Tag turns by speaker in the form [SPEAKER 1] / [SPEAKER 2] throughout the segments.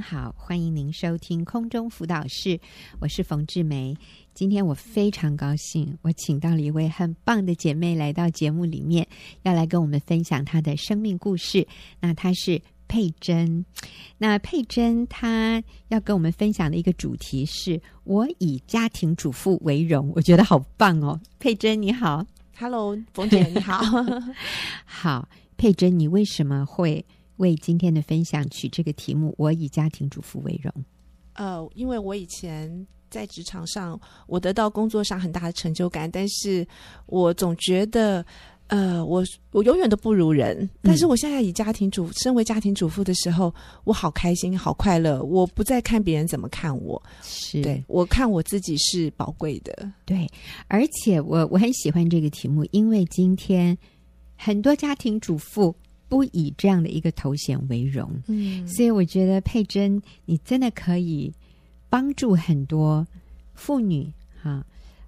[SPEAKER 1] 好，欢迎您收听空中辅导室，我是冯志梅。今天我非常高兴，我请到了一位很棒的姐妹来到节目里面，要来跟我们分享她的生命故事。那她是佩珍，那佩珍她要跟我们分享的一个主题是“我以家庭主妇为荣”，我觉得好棒哦。佩珍你好，
[SPEAKER 2] Hello，冯姐你好。
[SPEAKER 1] 好，佩珍，你为什么会为今天的分享取这个题目“我以家庭主妇为荣”？
[SPEAKER 2] 呃，因为我以前在职场上，我得到工作上很大的成就感，但是我总觉得，呃，我我永远都不如人。但是我现在以家庭主，身为家庭主妇的时候，我好开心，好快乐。我不再看别人怎么看我，
[SPEAKER 1] 是
[SPEAKER 2] 对我看我自己是宝贵的。
[SPEAKER 1] 对，而且我我很喜欢这个题目，因为今天很多家庭主妇不以这样的一个头衔为荣，
[SPEAKER 2] 嗯
[SPEAKER 1] 所以我觉得佩珍，你真的可以帮助很多妇女哈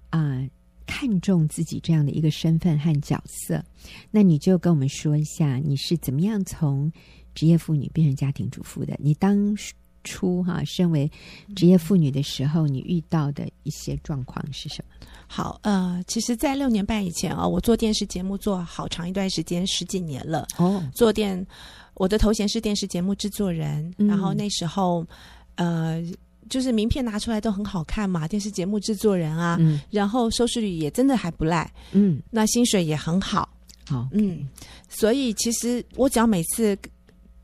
[SPEAKER 1] 啊、看重自己这样的一个身份和角色。那你就跟我们说一下，你是怎么样从职业妇女变成家庭主妇的？你当初哈、身为职业妇女的时候，你遇到的一些状况是什么？
[SPEAKER 2] 好，呃，其实，在六年半以前啊、我做电视节目做好长一段时间，十几年了。
[SPEAKER 1] 哦，
[SPEAKER 2] 做电，我的头衔是电视节目制作人。
[SPEAKER 1] 嗯
[SPEAKER 2] 然后那时候，呃，就是名片拿出来都很好看嘛，电视节目制作人啊，
[SPEAKER 1] 嗯
[SPEAKER 2] 然后收视率也真的还不赖，
[SPEAKER 1] 嗯，
[SPEAKER 2] 那薪水也很好，
[SPEAKER 1] 好，
[SPEAKER 2] 嗯，所以其实我只要每次。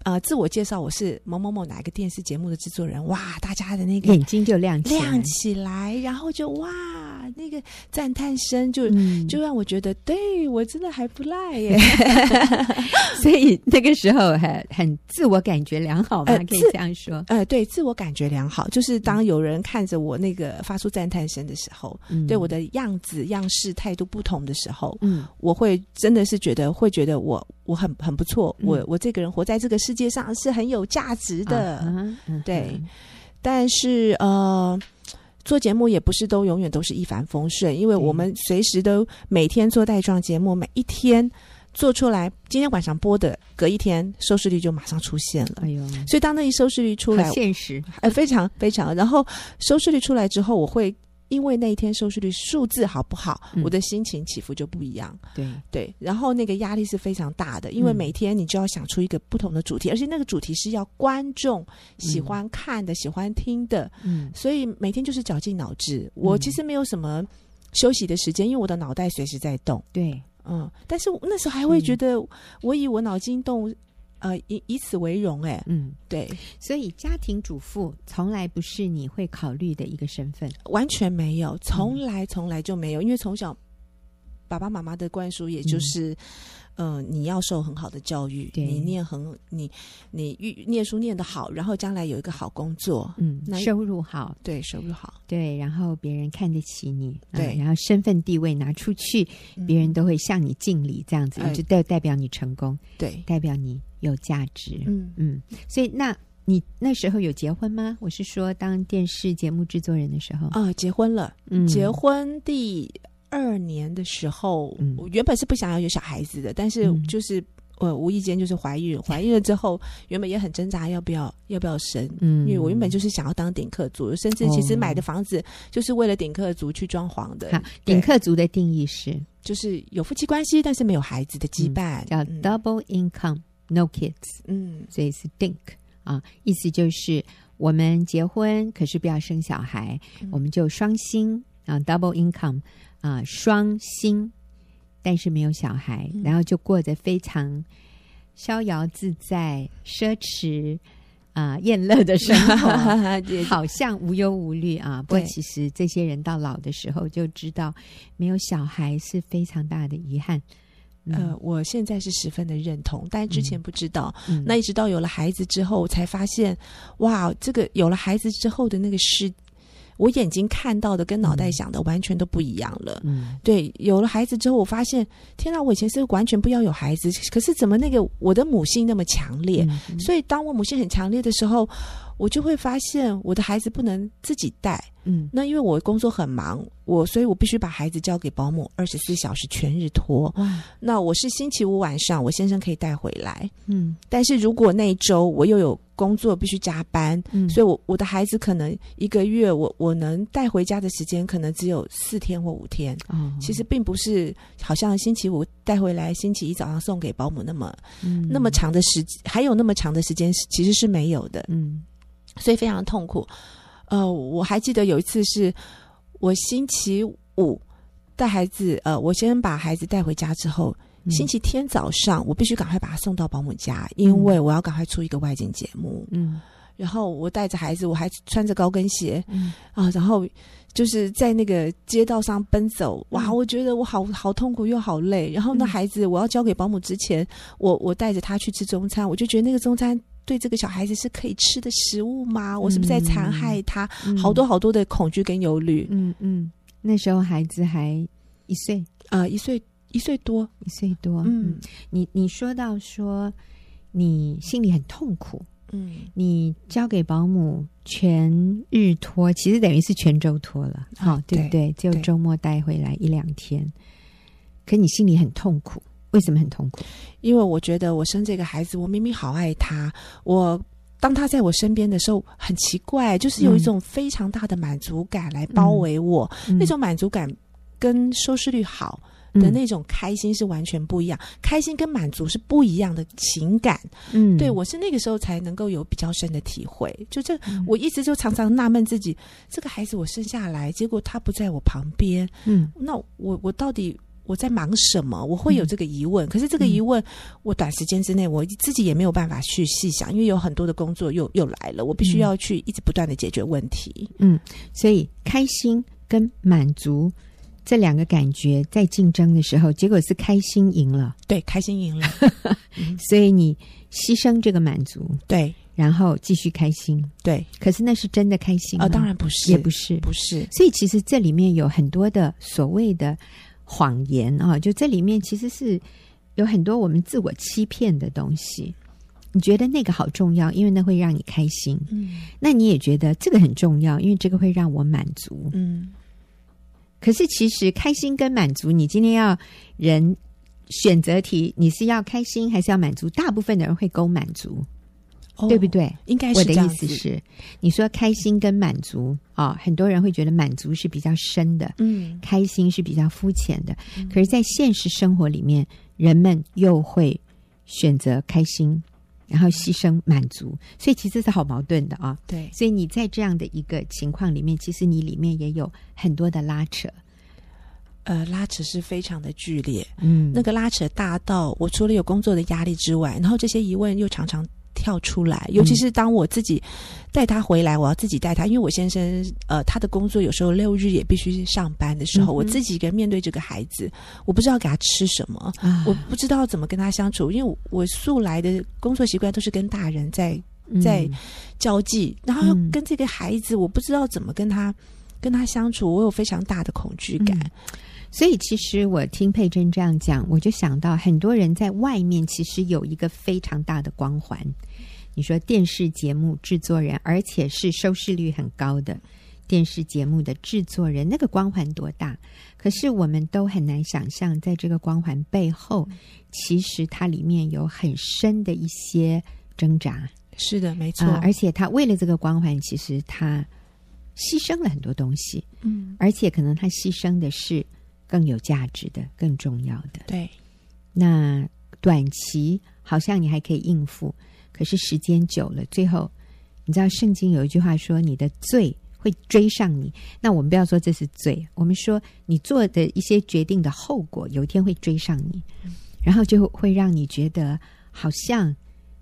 [SPEAKER 2] 呃，自我介绍我是某某某哪个电视节目的制作人，哇，大家的那个
[SPEAKER 1] 眼睛就亮起来，
[SPEAKER 2] 亮起来，然后就哇，那个赞叹声就、
[SPEAKER 1] 嗯，
[SPEAKER 2] 就让我觉得，对我真的还不赖耶。
[SPEAKER 1] 所以那个时候很很自我感觉良好嘛，
[SPEAKER 2] 呃
[SPEAKER 1] 可以
[SPEAKER 2] 自
[SPEAKER 1] 这样说，
[SPEAKER 2] 呃，对，自我感觉良好，就是当有人看着我那个发出赞叹声的时候，
[SPEAKER 1] 嗯
[SPEAKER 2] 对我，的样子、样式、态度不同的时候，
[SPEAKER 1] 嗯
[SPEAKER 2] 我会真的是觉得会觉得我我很很不错，
[SPEAKER 1] 嗯
[SPEAKER 2] 我我这个人活在这个世界上是很有价值的。
[SPEAKER 1] 啊哈嗯
[SPEAKER 2] 对
[SPEAKER 1] 哼
[SPEAKER 2] 但是呃，做节目也不是都永远都是一帆风顺，因为我们随时都每天做带状节目，每一天做出来，今天晚上播的，隔一天收视率就马上出现了
[SPEAKER 1] 哎。呦，
[SPEAKER 2] 所以当那一收视率出来
[SPEAKER 1] 好，现实，
[SPEAKER 2] 呃，非常非常。然后收视率出来之后，我会因为那一天收视率数字好不好，
[SPEAKER 1] 嗯
[SPEAKER 2] 我的心情起伏就不一样。
[SPEAKER 1] 对，
[SPEAKER 2] 对，然后那个压力是非常大的，因为
[SPEAKER 1] 嗯
[SPEAKER 2] 每天你就要想出一个不同的主题，而且那个主题是要观众喜欢看的、喜欢听的，
[SPEAKER 1] 嗯
[SPEAKER 2] 所以每天就是绞尽脑汁。我其
[SPEAKER 1] 嗯
[SPEAKER 2] 实没有什么休息的时间，因为我的脑袋随时在动。
[SPEAKER 1] 对，
[SPEAKER 2] 嗯，但是我那时候还会觉
[SPEAKER 1] 嗯
[SPEAKER 2] 得，我以我脑筋动，呃，以以此为荣、哎，
[SPEAKER 1] 嗯，
[SPEAKER 2] 对，
[SPEAKER 1] 所以家庭主妇从来不是你会考虑的一个身份，
[SPEAKER 2] 完全没
[SPEAKER 1] 嗯
[SPEAKER 2] 有，从来从来就没有，因为从小爸爸妈妈的灌
[SPEAKER 1] 嗯
[SPEAKER 2] 输，也就是，呃，你要受很好的教育，
[SPEAKER 1] 对
[SPEAKER 2] 你念很你你遇念书念得好，然后将来有一个好工作，
[SPEAKER 1] 嗯，
[SPEAKER 2] 那
[SPEAKER 1] 收入好，
[SPEAKER 2] 对，收入好，
[SPEAKER 1] 对，然后别人看得起你，啊
[SPEAKER 2] 对
[SPEAKER 1] 然后身份地位拿出去，别人
[SPEAKER 2] 嗯
[SPEAKER 1] 都会向你敬礼，这样子
[SPEAKER 2] 哎
[SPEAKER 1] 就代代表你成功，
[SPEAKER 2] 对，
[SPEAKER 1] 代表你有价值，
[SPEAKER 2] 嗯，
[SPEAKER 1] 嗯，所以那你那时候有结婚吗？我是说，当电视节目制作人的时候，
[SPEAKER 2] 啊、结婚了，
[SPEAKER 1] 嗯，
[SPEAKER 2] 结婚第二年的时候，
[SPEAKER 1] 嗯
[SPEAKER 2] 我原本是不想要有小孩子的，但是
[SPEAKER 1] 嗯
[SPEAKER 2] 就是。呃，无意间就是怀孕，怀孕了之后，原本也很挣扎，要不要要不要生？
[SPEAKER 1] 嗯哦
[SPEAKER 2] 因为我原本就是想要当顶客族，甚至其实买的房子就是为了顶客族去装潢的
[SPEAKER 1] 好，
[SPEAKER 2] 对
[SPEAKER 1] 顶客族的定义是
[SPEAKER 2] 就是有夫妻关系，但是没有孩子的羁绊，
[SPEAKER 1] 叫
[SPEAKER 2] 嗯
[SPEAKER 1] double income no kids，
[SPEAKER 2] 嗯
[SPEAKER 1] 所以是 think 啊，意思就是我们结婚，可是不要生小孩，
[SPEAKER 2] 嗯
[SPEAKER 1] 我们就双薪啊，double income 啊，双薪，但是没有小孩，
[SPEAKER 2] 嗯
[SPEAKER 1] 然后就过着非常逍遥自在、奢侈啊、宴乐的生活。
[SPEAKER 2] 也
[SPEAKER 1] 啊 好像无忧无虑啊，不过
[SPEAKER 2] 对
[SPEAKER 1] 其实这些人到老的时候就知道，没有小孩是非常大的遗憾。
[SPEAKER 2] 呃，我现在是十分的认同，但之前不知道，
[SPEAKER 1] 嗯
[SPEAKER 2] 那一直到有了孩子之后，才发现，哇，这个有了孩子之后的那个世，我眼睛看到的跟脑袋想的完全都不一样了。
[SPEAKER 1] 嗯
[SPEAKER 2] 对，有了孩子之后，我发现，天啊，我以前是完全不要有孩子，可是怎么那个我的母性那么强烈？
[SPEAKER 1] 嗯
[SPEAKER 2] 所以当我母性很强烈的时候，我就会发现我的孩子不能自己带。
[SPEAKER 1] 嗯
[SPEAKER 2] 那因为我工作很忙，我所以我必须把孩子交给保姆，二十四小时全日托。
[SPEAKER 1] 哇
[SPEAKER 2] 那我是星期五晚上，我先生可以带回来。
[SPEAKER 1] 嗯
[SPEAKER 2] 但是如果那一周我又有工作必须加班，
[SPEAKER 1] 嗯
[SPEAKER 2] 所以我我的孩子可能一个月我我能带回家的时间可能只有四天或五天。
[SPEAKER 1] 哦，
[SPEAKER 2] 其实并不是好像星期五带回来，星期一早上送给保姆那么、
[SPEAKER 1] 嗯
[SPEAKER 2] 那么，长的时，还有那么长的时间是其实是没有的，
[SPEAKER 1] 嗯
[SPEAKER 2] 所以非常痛苦。呃，我还记得有一次是我星期五带孩子，呃，我先把孩子带回家之后，
[SPEAKER 1] 嗯
[SPEAKER 2] 星期天早上我必须赶快把他送到保姆家，因为我要赶快出一个外景节目。
[SPEAKER 1] 嗯
[SPEAKER 2] 然后我带着孩子，我还穿着高跟鞋
[SPEAKER 1] 嗯
[SPEAKER 2] 啊，然后就是在那个街道上奔走，哇，
[SPEAKER 1] 嗯
[SPEAKER 2] 我觉得我好好痛苦又好累。然后那
[SPEAKER 1] 嗯
[SPEAKER 2] 孩子，我要交给保姆之前，我我带着他去吃中餐，我就觉得那个中餐。对这个小孩子是可以吃的食物吗？我是不是在残害他？
[SPEAKER 1] 嗯
[SPEAKER 2] 好多好多的恐惧跟忧虑。
[SPEAKER 1] 嗯嗯，那时候孩子还一岁
[SPEAKER 2] 啊，一岁一岁多，
[SPEAKER 1] 一岁多，
[SPEAKER 2] 嗯
[SPEAKER 1] 你你说到说你心里很痛苦，
[SPEAKER 2] 嗯，
[SPEAKER 1] 你交给保姆全日托，其实等于是全周托了，
[SPEAKER 2] 啊
[SPEAKER 1] 哦，对不对？只有
[SPEAKER 2] 对
[SPEAKER 1] 周末带回来一两天，可你心里很痛苦，为什么很痛苦？
[SPEAKER 2] 因为我觉得我生这个孩子，我明明好爱他，我当他在我身边的时候很奇怪，就是
[SPEAKER 1] 嗯
[SPEAKER 2] 有一种非常大的满足感来包围我，
[SPEAKER 1] 嗯
[SPEAKER 2] 那种满足感跟收视率好。的那种开心是完全不一样，开心跟满足是不一样的情感。
[SPEAKER 1] 嗯，嗯
[SPEAKER 2] 对，我是那个时候才能够有比较深的体会。就这
[SPEAKER 1] 嗯，
[SPEAKER 2] 我一直就常常纳闷自己，这个孩子我生下来，结果他不在我旁边，
[SPEAKER 1] 嗯
[SPEAKER 2] 那我我到底我在忙什么？我会有这个疑问，可是这个疑问，我短时间之内我自己也没有办法去细想，因为有很多的工作又又来了，我必须
[SPEAKER 1] 嗯
[SPEAKER 2] 要去一直不断的解决问题。
[SPEAKER 1] 所以开心跟满足这两个感觉在竞争的时候，结果是开心赢了，
[SPEAKER 2] 对，开心赢了，
[SPEAKER 1] 所以你牺牲这个满足，
[SPEAKER 2] 对
[SPEAKER 1] 然后继续开心。
[SPEAKER 2] 对，
[SPEAKER 1] 可是那是真的开心吗？
[SPEAKER 2] 呃，当然不是，
[SPEAKER 1] 也不是。
[SPEAKER 2] 不是，
[SPEAKER 1] 所以其实这里面有很多的所谓的谎言啊、就这里面其实是有很多我们自我欺骗的东西。你觉得那个好重要，因为那会让你开心。
[SPEAKER 2] 嗯
[SPEAKER 1] 那你也觉得这个很重要，因为这个会让我满足。
[SPEAKER 2] 嗯，
[SPEAKER 1] 可是其实开心跟满足，你今天要人选择题，你是要开心还是要满足？大部分的人会勾满足，
[SPEAKER 2] 哦
[SPEAKER 1] 对不？对？
[SPEAKER 2] 应该
[SPEAKER 1] 我
[SPEAKER 2] 是
[SPEAKER 1] 的
[SPEAKER 2] 这样
[SPEAKER 1] 意
[SPEAKER 2] 子
[SPEAKER 1] 思，是，你说开心跟满足啊、很多人会觉得满足是比较深的，
[SPEAKER 2] 嗯
[SPEAKER 1] 开心是比较肤浅的。可是，在现实生活里面，人们又会选择开心，然后牺牲满足，所以其实是好矛盾的啊。
[SPEAKER 2] 对，
[SPEAKER 1] 所以你在这样的一个情况里面，其实你里面也有很多的拉扯，
[SPEAKER 2] 呃，拉扯是非常的剧烈，
[SPEAKER 1] 嗯
[SPEAKER 2] 那个拉扯大到我除了有工作的压力之外，然后这些疑问又常常跳出来，尤其是当我自己带他回来，我要自己带他，因为我先生呃他的工作有时候六日也必须上班的时候，
[SPEAKER 1] 嗯哼
[SPEAKER 2] 我自己一个人面对这个孩子，我不知道给他吃什么，
[SPEAKER 1] 啊
[SPEAKER 2] 我不知道怎么跟他相处，因为我我素来的工作习惯都是跟大人在在交际，然后
[SPEAKER 1] 嗯
[SPEAKER 2] 跟这个孩子，我不知道怎么跟他。跟他相处，我有非常大的恐惧感。
[SPEAKER 1] 嗯所以，其实我听佩珍这样讲，我就想到很多人在外面其实有一个非常大的光环。你说电视节目制作人，而且是收视率很高的电视节目的制作人，那个光环多大？可是我们都很难想象，在这个光环背后，其实它里面有很深的一些挣扎。
[SPEAKER 2] 是的，没错。
[SPEAKER 1] 啊、而且他为了这个光环，其实他牺牲了很多东西，
[SPEAKER 2] 嗯，
[SPEAKER 1] 而且可能他牺牲的是更有价值的、更重要的。
[SPEAKER 2] 对，
[SPEAKER 1] 那短期好像你还可以应付，可是时间久了，最后你知道圣经有一句话说：“你的罪会追上你。”那我们不要说这是罪，我们说你做的一些决定的后果，有一天会追上你，然后就会让你觉得好像。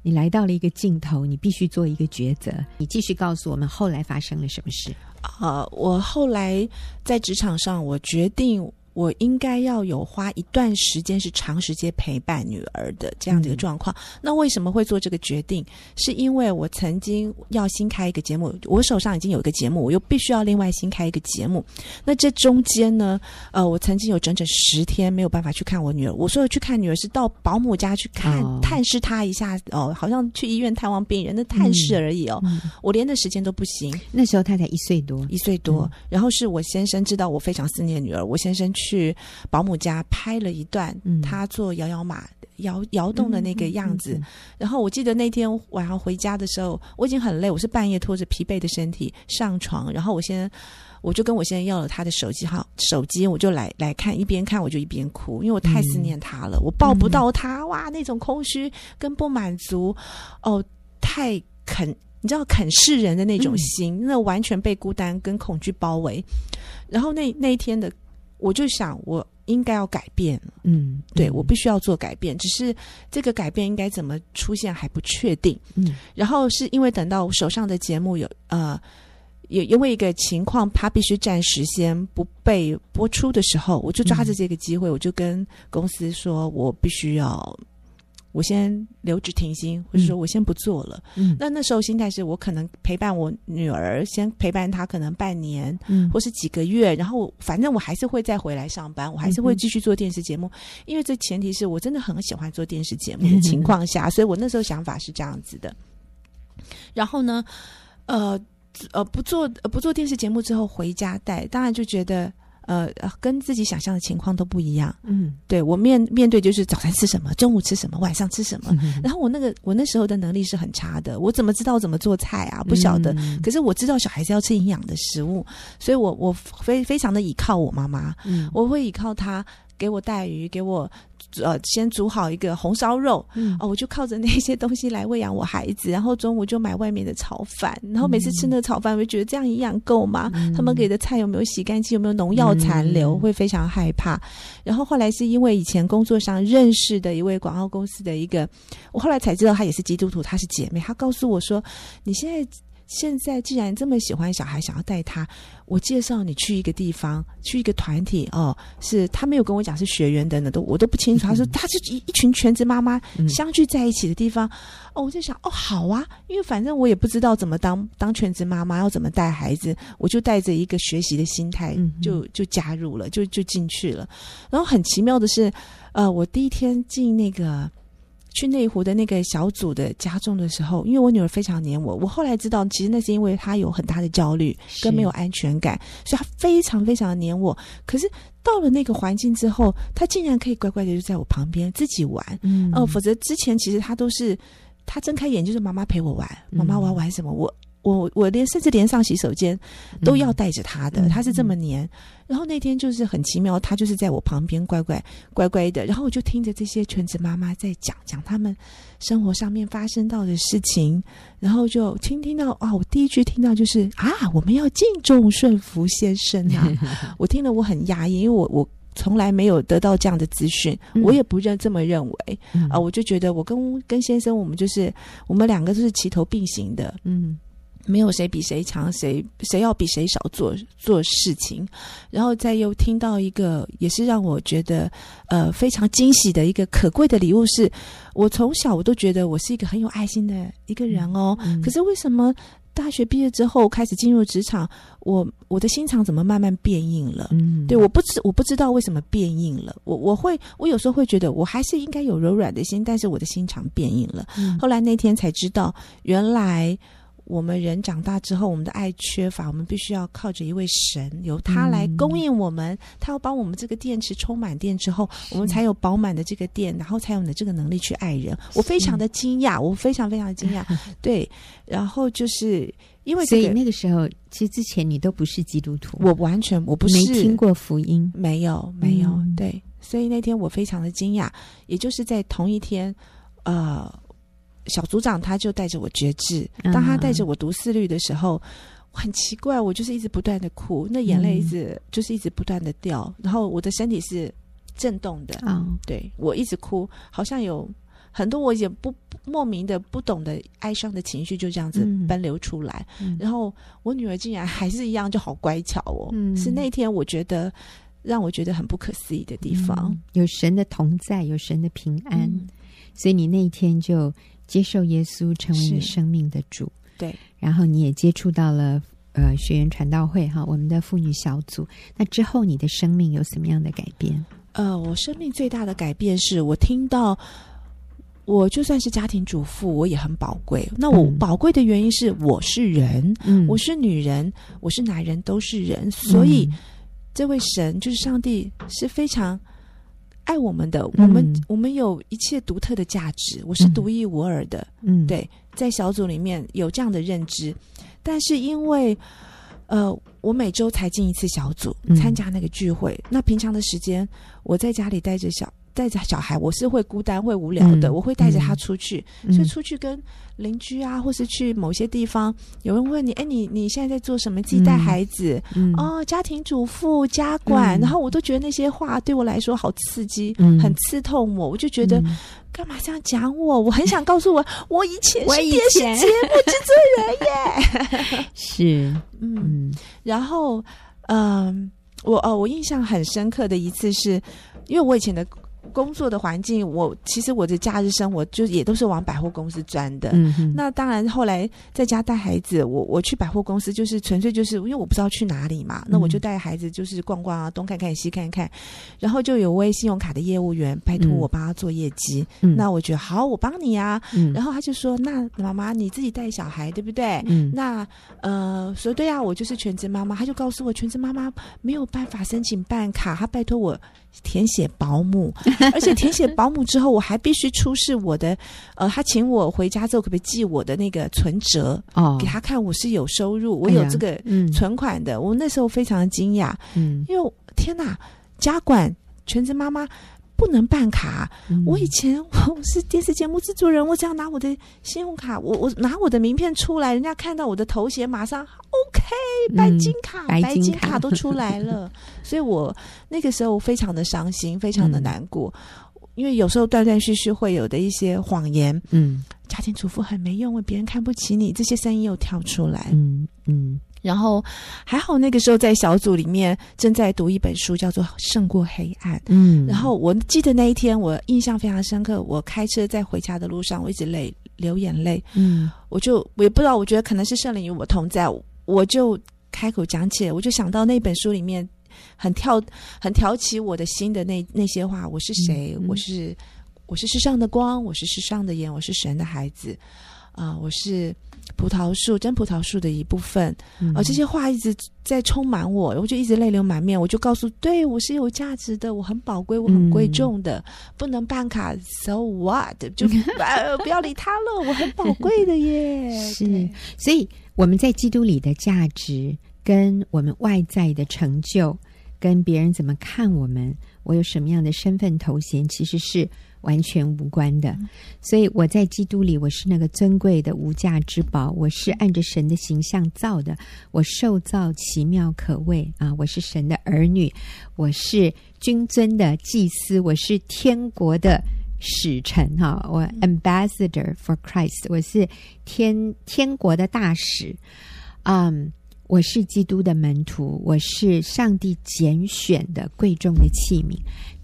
[SPEAKER 1] 你来到了一个尽头，你必须做一个抉择。你继续告诉我们后来发生了什么事？
[SPEAKER 2] 呃，我后来在职场上，我决定我应该要有花一段时间是长时间陪伴女儿的这样的一个状况。那为什么会做这个决定？是因为我曾经要新开一个节目，我手上已经有一个节目，我又必须要另外新开一个节目。那这中间呢，呃，我曾经有整整十天没有办法去看我女儿。我说的去看女儿是到保姆家去看、
[SPEAKER 1] 哦
[SPEAKER 2] 探视她一下哦，好像去医院探望病人，那探视而已哦，我连那时间都不行。
[SPEAKER 1] 那时候他才一岁多，
[SPEAKER 2] 一岁多，然后是我先生知道我非常思念女儿，我先生去保姆家拍了一段
[SPEAKER 1] 嗯
[SPEAKER 2] 他做摇摇马摇摇动的那个样子。然后我记得那天晚上回家的时候，我已经很累，我是半夜拖着疲惫的身体上床，然后我先我就跟我先生要了他的手机号，手机我就来来看，一边看我就一边哭，因为我太思念他了，我抱不到他，哇，那种空虚跟不满足，哦，太肯。你知道啃噬人的那种心，那完全被孤单跟恐惧包围。然后那那一天的，我就想，我应该要改变了，
[SPEAKER 1] 嗯，
[SPEAKER 2] 对我必须要做改变，只是这个改变应该怎么出现还不确定。
[SPEAKER 1] 嗯
[SPEAKER 2] 然后是因为等到手上的节目有呃，也因为一个情况，它必须暂时先不被播出的时候，我就抓
[SPEAKER 1] 嗯
[SPEAKER 2] 着这个机会，我就跟公司说，我必须要，我先留职停薪，或者说我先不做了。
[SPEAKER 1] 嗯
[SPEAKER 2] 那那时候心态是我可能陪伴我女儿，先陪伴她可能半年
[SPEAKER 1] 嗯
[SPEAKER 2] 或是几个月，然后我反正我还是会再回来上班，我还是会继续做电视节目，因为这前提是我真的很喜欢做电视节目的情况下，所以我那时候想法是这样子的。然后呢，呃呃，不做、呃、不做电视节目之后回家带，当然就觉得呃呃跟自己想象的情况都不一样。
[SPEAKER 1] 嗯
[SPEAKER 2] 对我面面对就是早餐吃什么，中午吃什么，晚上吃什么，
[SPEAKER 1] 嗯
[SPEAKER 2] 然后我那个我那时候的能力是很差的，我怎么知道怎么做菜啊？ 不晓得。
[SPEAKER 1] 嗯
[SPEAKER 2] 可是我知道小孩子要吃营养的食物，所以我我非非常的依靠我妈妈，
[SPEAKER 1] 嗯
[SPEAKER 2] 我会依靠她给我带鱼，给我呃先煮好一个红烧肉。
[SPEAKER 1] 嗯
[SPEAKER 2] 哦，我就靠着那些东西来喂养我孩子，然后中午就买外面的炒饭，然后每次
[SPEAKER 1] 嗯
[SPEAKER 2] 吃那个炒饭，我就觉得这样营养够吗？他们给的菜有没有洗干净，有没有农药残留，
[SPEAKER 1] 嗯
[SPEAKER 2] 会非常害怕。然后后来是因为以前工作上认识的一位广告公司的一个，我后来才知道她也是基督徒，她是姐妹，她告诉我说，你现在。现在既然这么喜欢小孩，想要带他，我介绍你去一个地方，去一个团体哦，是他没有跟我讲是学员等等都我都不清楚。他说他是一一群全职妈妈
[SPEAKER 1] 嗯
[SPEAKER 2] 相聚在一起的地方，哦，我就想，哦，好啊，因为反正我也不知道怎么当当全职妈妈，要怎么带孩子，我就带着一个学习的心态
[SPEAKER 1] 嗯，哼
[SPEAKER 2] 就就加入了，就就进去了。然后很奇妙的是，呃，我第一天进那个去内湖的那个小组的家中的时候，因为我女儿非常黏我，我后来知道，其实那是因为她有很大的焦虑
[SPEAKER 1] 是
[SPEAKER 2] 跟没有安全感，所以她非常非常的黏我。可是到了那个环境之后，她竟然可以乖乖的就在我旁边自己玩，
[SPEAKER 1] 嗯
[SPEAKER 2] 哦，否则之前其实他都是他睁开眼就是妈妈陪我玩，妈
[SPEAKER 1] 嗯
[SPEAKER 2] 妈我要玩什么，我我我连甚至连上洗手间都要带着他的，
[SPEAKER 1] 嗯
[SPEAKER 2] 他是这么黏。然后那天就是很奇妙，他就是在我旁边乖乖乖乖的，然后我就听着这些全职妈妈在讲讲他们生活上面发生到的事情，然后就听听到啊，我第一句听到就是啊，我们要敬重顺服先生啊， 我听了我很压抑，因为我我。从来没有得到这样的资讯，
[SPEAKER 1] 嗯
[SPEAKER 2] 我也不认这么认为。
[SPEAKER 1] 嗯
[SPEAKER 2] 啊，我就觉得我跟跟先生，我们就是我们两个都是齐头并行的，
[SPEAKER 1] 嗯
[SPEAKER 2] 没有谁比谁强，谁谁要比谁少做做事情。然后再又听到一个，也是让我觉得呃非常惊喜的一个可贵的礼物是，我从小我都觉得我是一个很有爱心的一个人哦，
[SPEAKER 1] 嗯
[SPEAKER 2] 可是为什么？大学毕业之后开始进入职场，我我的心肠怎么慢慢变硬了？
[SPEAKER 1] 嗯
[SPEAKER 2] 对，我不知我不知道为什么变硬了。我我会我有时候会觉得我还是应该有柔软的心，但是我的心肠变硬了。
[SPEAKER 1] 嗯
[SPEAKER 2] 后来那天才知道，原来我们人长大之后，我们的爱缺乏，我们必须要靠着一位神，由他来
[SPEAKER 1] 嗯
[SPEAKER 2] 供应我们。他要帮我们这个电池充满电之后，我们才有饱满的这个电，然后才有你的这个能力去爱人。我非常的惊讶，我非常非常的 惊讶。对，然后就是因为
[SPEAKER 1] 所以
[SPEAKER 2] 这个，
[SPEAKER 1] 那个时候，其实之前你都不是基督徒，
[SPEAKER 2] 我完全我不是
[SPEAKER 1] 没听过福音。
[SPEAKER 2] 没有，没有，
[SPEAKER 1] 嗯
[SPEAKER 2] 对，所以那天我非常的惊讶，也就是在同一天，呃，小组长他就带着我觉知，当他带着我读四律的时候，很奇怪，我就是一直不断的哭，那眼泪一直、就是一直不断的掉，然后我的身体是震动的，
[SPEAKER 1] 啊、
[SPEAKER 2] 对我一直哭，好像有很多我也不莫名的不懂的哀伤的情绪就这样子
[SPEAKER 1] 嗯
[SPEAKER 2] 奔流出来。
[SPEAKER 1] 嗯
[SPEAKER 2] 然后我女儿竟然还是一样就好乖巧哦，
[SPEAKER 1] 嗯
[SPEAKER 2] 是那天我觉得让我觉得很不可思议的地方
[SPEAKER 1] 嗯。有神的同在，有神的平安，
[SPEAKER 2] 嗯
[SPEAKER 1] 所以你那一天就接受耶稣成为
[SPEAKER 2] 是
[SPEAKER 1] 你生命的主。
[SPEAKER 2] 对，
[SPEAKER 1] 然后你也接触到了呃学员传道会哈，我们的妇女小组。那之后你的生命有什么样的改变？
[SPEAKER 2] 呃，我生命最大的改变是我听到。我就算是家庭主妇，我也很宝贵。那我
[SPEAKER 1] 嗯
[SPEAKER 2] 宝贵的原因是我是人，
[SPEAKER 1] 嗯
[SPEAKER 2] 我是女人，我是男人，都是人，所以
[SPEAKER 1] 嗯
[SPEAKER 2] 这位神就是上帝，是非常爱我们的，我们、
[SPEAKER 1] 嗯
[SPEAKER 2] 我们有一切独特的价值，我是
[SPEAKER 1] 嗯
[SPEAKER 2] 独一无二的。
[SPEAKER 1] 嗯，
[SPEAKER 2] 对在小组里面有这样的认知，但是因为呃，我每周才进一次小组
[SPEAKER 1] 嗯，
[SPEAKER 2] 参加那个聚会。那平常的时间，我在家里带着小带着小孩，我是会孤单、会无聊的，
[SPEAKER 1] 嗯
[SPEAKER 2] 我会带着他
[SPEAKER 1] 嗯
[SPEAKER 2] 出去，
[SPEAKER 1] 嗯，
[SPEAKER 2] 所以出去跟邻居啊，或是去某些地方，有人问你，哎，你你现在在做什么？自己
[SPEAKER 1] 嗯
[SPEAKER 2] 带孩子、
[SPEAKER 1] 嗯，
[SPEAKER 2] 哦，家庭主妇、家管，
[SPEAKER 1] 嗯
[SPEAKER 2] 然后我都觉得那些话对我来说好刺激，
[SPEAKER 1] 嗯
[SPEAKER 2] 很刺痛我，我就觉得。
[SPEAKER 1] 嗯
[SPEAKER 2] 干嘛这样讲我？我很想告诉我，我以前
[SPEAKER 1] 我
[SPEAKER 2] 是
[SPEAKER 1] 以
[SPEAKER 2] 电视
[SPEAKER 1] 前
[SPEAKER 2] 节目制作
[SPEAKER 1] 是，
[SPEAKER 2] 人。嗯，
[SPEAKER 1] 嗯
[SPEAKER 2] 然后，嗯、我哦，我印象很深刻的一次是，因为我以前的工作的环境，我其实我的假日生活就也都是往百货公司钻的。
[SPEAKER 1] 嗯哼，
[SPEAKER 2] 那当然，后来在家带孩子，我我去百货公司就是纯粹就是因为我不知道去哪里嘛，那
[SPEAKER 1] 嗯
[SPEAKER 2] 我就带孩子就是逛逛啊，东看看西看看，然后就有位信用卡的业务员拜托
[SPEAKER 1] 嗯
[SPEAKER 2] 我帮他做业绩，
[SPEAKER 1] 嗯
[SPEAKER 2] 那我觉得好，我帮你啊，
[SPEAKER 1] 嗯
[SPEAKER 2] 然后他就说：“那妈妈你自己带小孩对不对？”
[SPEAKER 1] 嗯
[SPEAKER 2] 那呃，说对啊，我就是全职妈妈。他就告诉我，全职妈妈没有办法申请办卡，他拜托我填写保姆，而且填写保姆之后，我还必须出示我的呃，他请我回家之后可不可以寄我的那个存折、
[SPEAKER 1] 哦
[SPEAKER 2] 给，他看，我是有收入，我
[SPEAKER 1] 哎
[SPEAKER 2] 有
[SPEAKER 1] 呀
[SPEAKER 2] 这个
[SPEAKER 1] 嗯
[SPEAKER 2] 存款的。我那时候非常的惊讶，
[SPEAKER 1] 嗯，
[SPEAKER 2] 因为我天哪，家管全职妈妈不能办卡，啊
[SPEAKER 1] 嗯
[SPEAKER 2] 我以前我是电视节目制作人，我只要拿我的信用卡，我我拿我的名片出来，人家看到我的头衔，马上 OK，白
[SPEAKER 1] 嗯
[SPEAKER 2] 金卡，
[SPEAKER 1] 白金
[SPEAKER 2] 金
[SPEAKER 1] 卡
[SPEAKER 2] 都出 来了。所以我那个时候非常的伤心，非常的
[SPEAKER 1] 嗯
[SPEAKER 2] 难过，因为有时候断断续续会有的一些谎言，
[SPEAKER 1] 嗯
[SPEAKER 2] 家庭主妇很没用，别人看不起你，这些声音又跳出来。
[SPEAKER 1] 嗯嗯
[SPEAKER 2] 然后还好那个时候在小组里面正在读一本书，叫做《胜过黑暗》。
[SPEAKER 1] 嗯，
[SPEAKER 2] 然后我记得那一天，我印象非常深刻。我开车在回家的路上，我一直泪流眼泪，
[SPEAKER 1] 嗯
[SPEAKER 2] 我就我也不知道，我觉得可能是圣灵与我同在，我就开口讲起来，我就想到那本书里面很跳 很挑起我的心的那那些话，我是谁？
[SPEAKER 1] 嗯嗯
[SPEAKER 2] 我是我是世上的光，我是世上的盐，我是神的孩子，啊、我是葡萄树，真葡萄树的一部分。
[SPEAKER 1] 嗯
[SPEAKER 2] 啊、这些话一直在充满我，我就一直泪流满面。我就告诉，对我是有价值的，我很宝贵，我很
[SPEAKER 1] 嗯
[SPEAKER 2] 贵重的，不能办卡，so what？就、 呃、不要理他了，我很宝贵的耶。
[SPEAKER 1] 是
[SPEAKER 2] 对
[SPEAKER 1] 所以我们在基督里的价值，跟我们外在的成就，跟别人怎么看我们，我有什么样的身份头衔，其实是完全无关的。所以我在基督里，我是那个尊贵的无价之宝，我是按着神的形象造的，我受造奇妙可畏啊！我是神的儿女，我是君尊的祭司，我是天国的。使臣哈、我 ambassador for Christ，我是天天国的大使，嗯，我是基督的门徒，我是上帝拣选的贵重的器皿，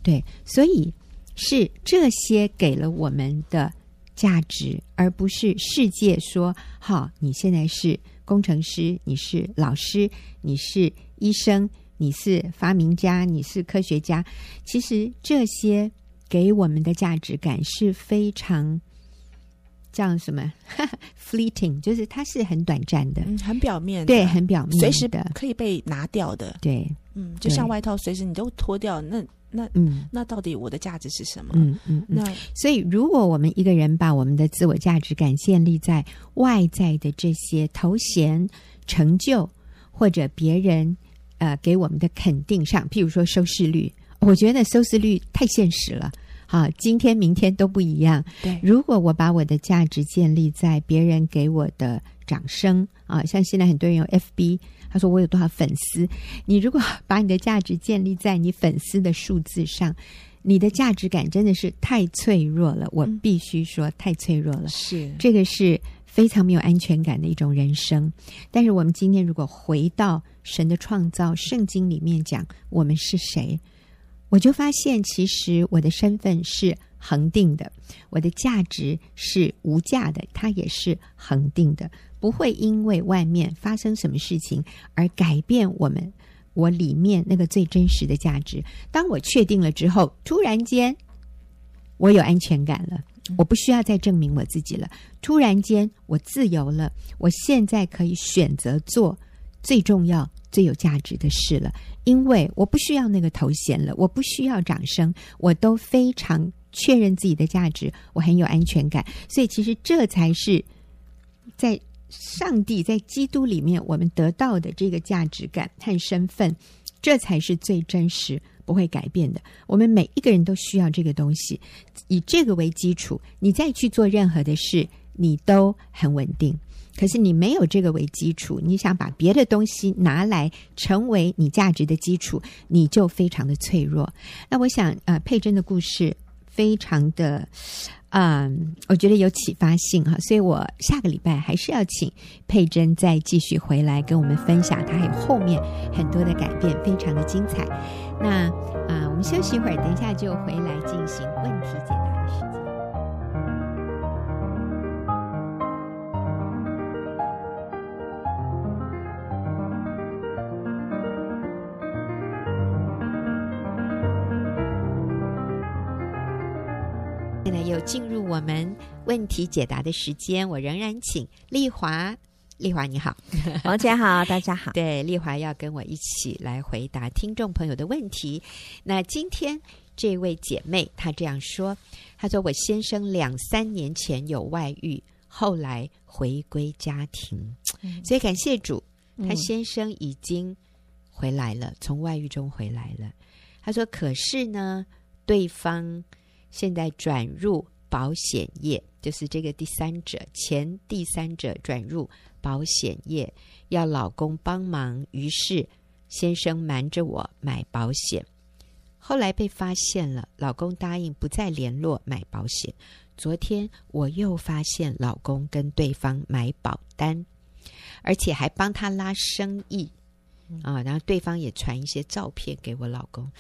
[SPEAKER 1] 对，所以是这些给了我们的价值，而不是世界说好你现在是工程师，你是老师，你是医生，你是发明家，你是科学家，其实这些给我们的价值感是非常。叫什么 fleeting，就是它是很短暂的，
[SPEAKER 2] 嗯，很表面的，
[SPEAKER 1] 对，很表面的，
[SPEAKER 2] 随时可以被拿掉的，
[SPEAKER 1] 对，
[SPEAKER 2] 嗯，就
[SPEAKER 1] 对
[SPEAKER 2] 像外套，随时你都脱掉，那那
[SPEAKER 1] 嗯
[SPEAKER 2] 那到底我的价值是什么？
[SPEAKER 1] 嗯嗯嗯。
[SPEAKER 2] 那
[SPEAKER 1] 所以，如果我们一个人把我们的自我价值感建立在外在的这些头衔、成就或者别人呃给我们的肯定上，譬如说收视率，我觉得收视率太现实了。好，今天、明天都不一样。
[SPEAKER 2] 对，
[SPEAKER 1] 如果我把我的价值建立在别人给我的掌声啊，像现在很多人有 FB，他说我有多少粉丝，你如果把你的价值建立在你粉丝的数字上，你的价值感真的是太脆弱了。我
[SPEAKER 2] 嗯
[SPEAKER 1] 必须说，太脆弱了。
[SPEAKER 2] 是
[SPEAKER 1] 这个是非常没有安全感的一种人生。但是我们今天如果回到神的创造圣经里面讲我们是谁，我就发现其实我的身份是恒定的，我的价值是无价的，它也是恒定的，不会因为外面发生什么事情而改变我们。我里面那个最真实的价值，当我确定了之后，突然间我有安全感了，我不需要再证明我自己了。突然间，我自由了，我现在可以选择做最重要、最有价值的事了，因为我不需要那个头衔了，我不需要掌声，我都非常确认自己的价值，我很有安全感，所以其实这才是在上帝在基督里面我们得到的这个价值感和身份，这才是最真实。不会改变的。我们每一个人都需要这个东西，以这个为基础，你再去做任何的事，你都很稳定。可是你没有这个为基础，你想把别的东西拿来成为你价值的基础，你就非常的脆弱。那我想，呃，佩珍的故事非常的，嗯、我觉得有启发性哈，所以我下个礼拜还是要请佩珍再继续回来跟我们分享她还有后面很多的改变，非常的精彩。那啊、呃我们休息一会儿，等一下就回来进行问题解答的时间。现在又进入我们问题解答的时间，我仍然请丽华，丽华你好。
[SPEAKER 3] 王姐好，大 家好。
[SPEAKER 1] 对，丽华要跟我一起来回答听众朋友的问题。那今天这位姐妹她这样说：“她说我先生两三年前有外遇，后来回归家庭，
[SPEAKER 3] 嗯
[SPEAKER 1] 所以感谢主，她
[SPEAKER 3] 嗯
[SPEAKER 1] 先生已经回来了，从外遇中回来了。”她说：“可是呢，对方现在转入保险业，就是这个第三者前第三者转入保险业，要老公帮忙，于是先生瞒着我买保险。后来被发现了，老公答应不再联络买保险。昨天我又发现老公跟对方买保单，而且还帮他拉生意啊，然后对方也传一些照片给我老公。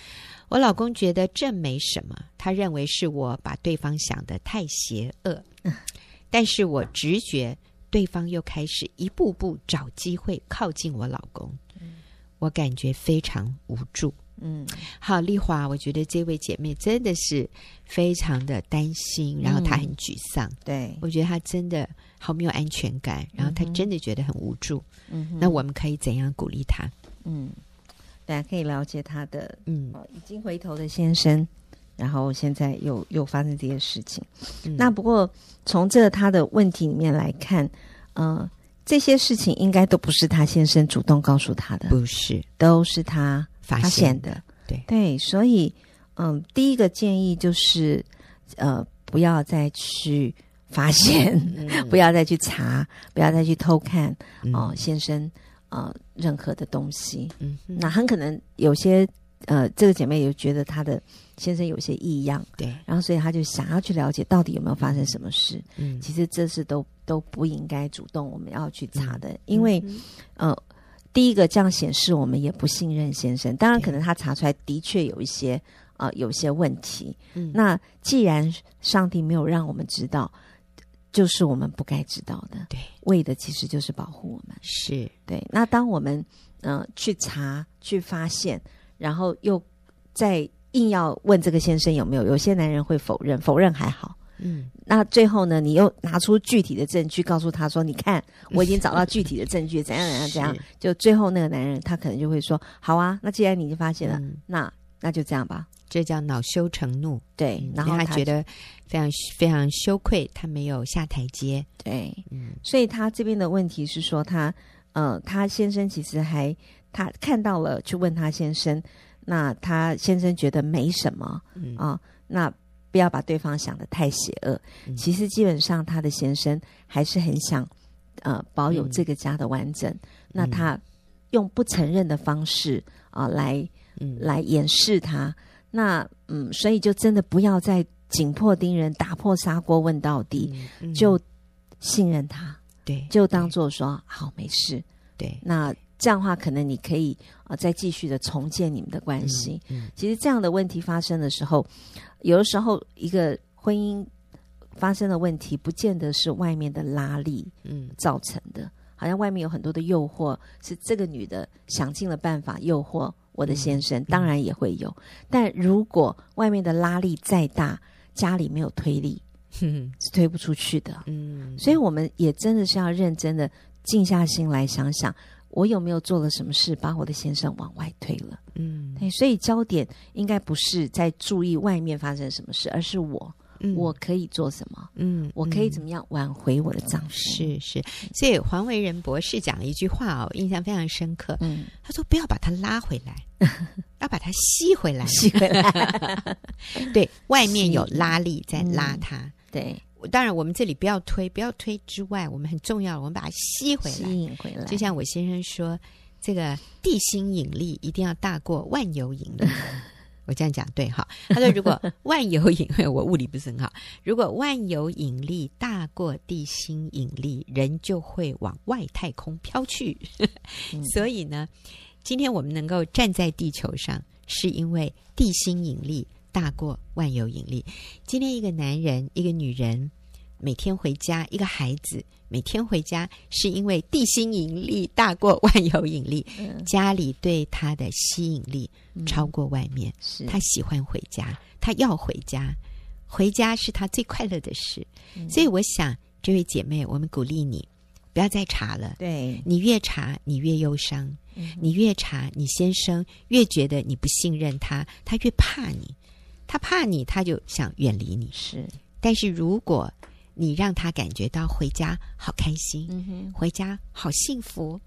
[SPEAKER 1] 我老公觉得这没什么，他认为是我把对方想得太邪恶，但是我直觉对方又开始一步步找机会靠近我老公，我感觉非常无助。
[SPEAKER 3] 嗯
[SPEAKER 1] 好，丽华，我觉得这位姐妹真的是非常的担心，然后她很沮丧。
[SPEAKER 2] 嗯
[SPEAKER 3] 对，
[SPEAKER 1] 我觉得她真的好没有安全感，然后她真的觉得很无助。
[SPEAKER 3] 嗯哼，
[SPEAKER 1] 那我们可以怎样鼓励她？
[SPEAKER 3] 嗯，大家可以了解他的
[SPEAKER 1] 嗯
[SPEAKER 3] 呃已经回头的先生，然后现在又又发生这些事情。
[SPEAKER 1] 嗯
[SPEAKER 3] 那不过从这他的问题里面来看，呃，这些事情应该都不是他先生主动告诉他的，
[SPEAKER 1] 不是
[SPEAKER 3] 都是他
[SPEAKER 1] 发
[SPEAKER 3] 嗯发
[SPEAKER 1] 现
[SPEAKER 3] 现的。
[SPEAKER 1] 对
[SPEAKER 3] 对，所以嗯，第一个建议就是呃，不要再去发现，
[SPEAKER 1] 嗯
[SPEAKER 3] 不要再去查，不要再去偷看。哦，先生呃任何的东西。
[SPEAKER 1] 嗯嗯
[SPEAKER 3] 那很可能有些呃，这个姐妹也觉得她的先生有些异样，
[SPEAKER 1] 对，
[SPEAKER 3] 然后所以她就想要去了解到底有没有发生什么事。
[SPEAKER 1] 嗯
[SPEAKER 3] 其实这是都都不应该主动我们要去查的，因为
[SPEAKER 1] 嗯
[SPEAKER 3] 呃。第一个，这样显示我们也不信任先生。当然，
[SPEAKER 1] 对
[SPEAKER 3] 可能他查出来的确有一些呃有一些问题。
[SPEAKER 1] 嗯
[SPEAKER 3] 那既然上帝没有让我们知道，就是我们不该知道的。
[SPEAKER 1] 对
[SPEAKER 3] 为的其实就是保护我们。
[SPEAKER 1] 是
[SPEAKER 3] 对，那当我们呃去查、去发现，然后又再硬要问这个先生有没有，有些男人会否认，否认还好。
[SPEAKER 1] 嗯
[SPEAKER 3] 那最后呢，你又拿出具体的证据，告诉他说：“你看，我已经找到具体的证据，怎样怎样怎嗯 样。
[SPEAKER 1] 是”
[SPEAKER 3] 就最后那个男人他可能就会说：“好啊，那既然你已经发现了，
[SPEAKER 1] 嗯
[SPEAKER 3] 那那就这样吧。
[SPEAKER 1] 这叫恼羞成怒。”
[SPEAKER 3] 对
[SPEAKER 1] 嗯，
[SPEAKER 3] 然后
[SPEAKER 1] 因为他
[SPEAKER 3] 他
[SPEAKER 1] 觉得非常非常羞愧，他没有下台阶。
[SPEAKER 3] 对，
[SPEAKER 1] 嗯
[SPEAKER 3] 所以他这边的问题是说他，呃，他先生其实还他看到了，去问他先生，那他先生觉得没什么
[SPEAKER 1] 嗯
[SPEAKER 3] 啊、那不要把对方想得太邪恶。
[SPEAKER 1] 嗯
[SPEAKER 3] 其实基本上他的先生还是很想呃保有
[SPEAKER 1] 嗯
[SPEAKER 3] 这个家的完整，那他用不承认的方式啊、来
[SPEAKER 1] 嗯
[SPEAKER 3] 来掩饰他。那嗯，所以就真的不要再紧迫盯人，打破砂锅问到底，
[SPEAKER 1] 嗯嗯
[SPEAKER 3] 就信任他。
[SPEAKER 1] 对，
[SPEAKER 3] 就当做说好没事。
[SPEAKER 1] 对
[SPEAKER 3] 那这样的话，可能你可以呃再继续的重建你们的关系。
[SPEAKER 1] 嗯嗯
[SPEAKER 3] 其实这样的问题发生的时候，有的时候一个婚姻发生的问题，不见得是外面的拉力
[SPEAKER 1] 嗯
[SPEAKER 3] 造成的，好像外面有很多的诱惑，是这个女的想尽了办法诱惑我的先
[SPEAKER 1] 嗯
[SPEAKER 3] 生，当然也会有。但如果外面的拉力再大，家里没有推力
[SPEAKER 1] 嗯
[SPEAKER 3] 是推不出去的。
[SPEAKER 1] 嗯，
[SPEAKER 3] 所以我们也真的是要认真的静下心来想想，我有没有做了什么事把我的先生往外推了？
[SPEAKER 2] 嗯
[SPEAKER 3] 对，所以焦点应该不是在注意外面发生什么事，而是我、
[SPEAKER 2] 嗯
[SPEAKER 3] 我可以做什么，
[SPEAKER 2] 嗯
[SPEAKER 3] 我可以怎
[SPEAKER 2] 么
[SPEAKER 3] 么样挽回我的丈夫？，嗯
[SPEAKER 1] 是是，所以黄维仁博士讲了一句话哦，印象非常深刻。
[SPEAKER 3] 嗯，
[SPEAKER 1] 他说：“不要把它拉回 来，要把它吸回来。
[SPEAKER 3] 吸回来，
[SPEAKER 1] 对外面
[SPEAKER 3] 吸
[SPEAKER 1] 有拉力在拉
[SPEAKER 3] 嗯
[SPEAKER 1] 它。
[SPEAKER 3] 对，
[SPEAKER 1] 当然，我们这里不要推，不要推之外，我们很重要，我们把它吸回
[SPEAKER 3] 吸
[SPEAKER 1] 来。
[SPEAKER 3] 引回来，
[SPEAKER 1] 就像我先生说，这个地心引力一定要大过万有引 力。我这样讲对哈？他说，如果 万有引，我物理不是很好。如果万有引力大过地心引力，人就会往外太空飘去。
[SPEAKER 3] 嗯
[SPEAKER 1] 所以呢，今天我们能够站在地球上，是因为地心引力大过万有引力。今天一个男人，一个女人，每天回家，一个孩子每天回家，是因为地心引力大过万有引力，
[SPEAKER 3] 嗯
[SPEAKER 1] 家里对他的吸引力
[SPEAKER 3] 嗯
[SPEAKER 1] 超过外面，
[SPEAKER 3] 是
[SPEAKER 1] 他喜欢回家，他要回家，回家是他最快乐的事。
[SPEAKER 3] 嗯
[SPEAKER 1] 所以我想，这位姐妹，我们鼓励你，不要再查了。
[SPEAKER 3] 对，
[SPEAKER 1] 你越查，你越忧伤；
[SPEAKER 3] 嗯
[SPEAKER 1] 你越查，你先生越觉得你不信任他，他越怕你。他怕你，他就想远离你。
[SPEAKER 3] 是，
[SPEAKER 1] 但是如果你让他感觉到回家好开心，
[SPEAKER 3] 嗯哼，
[SPEAKER 1] 回家好幸福。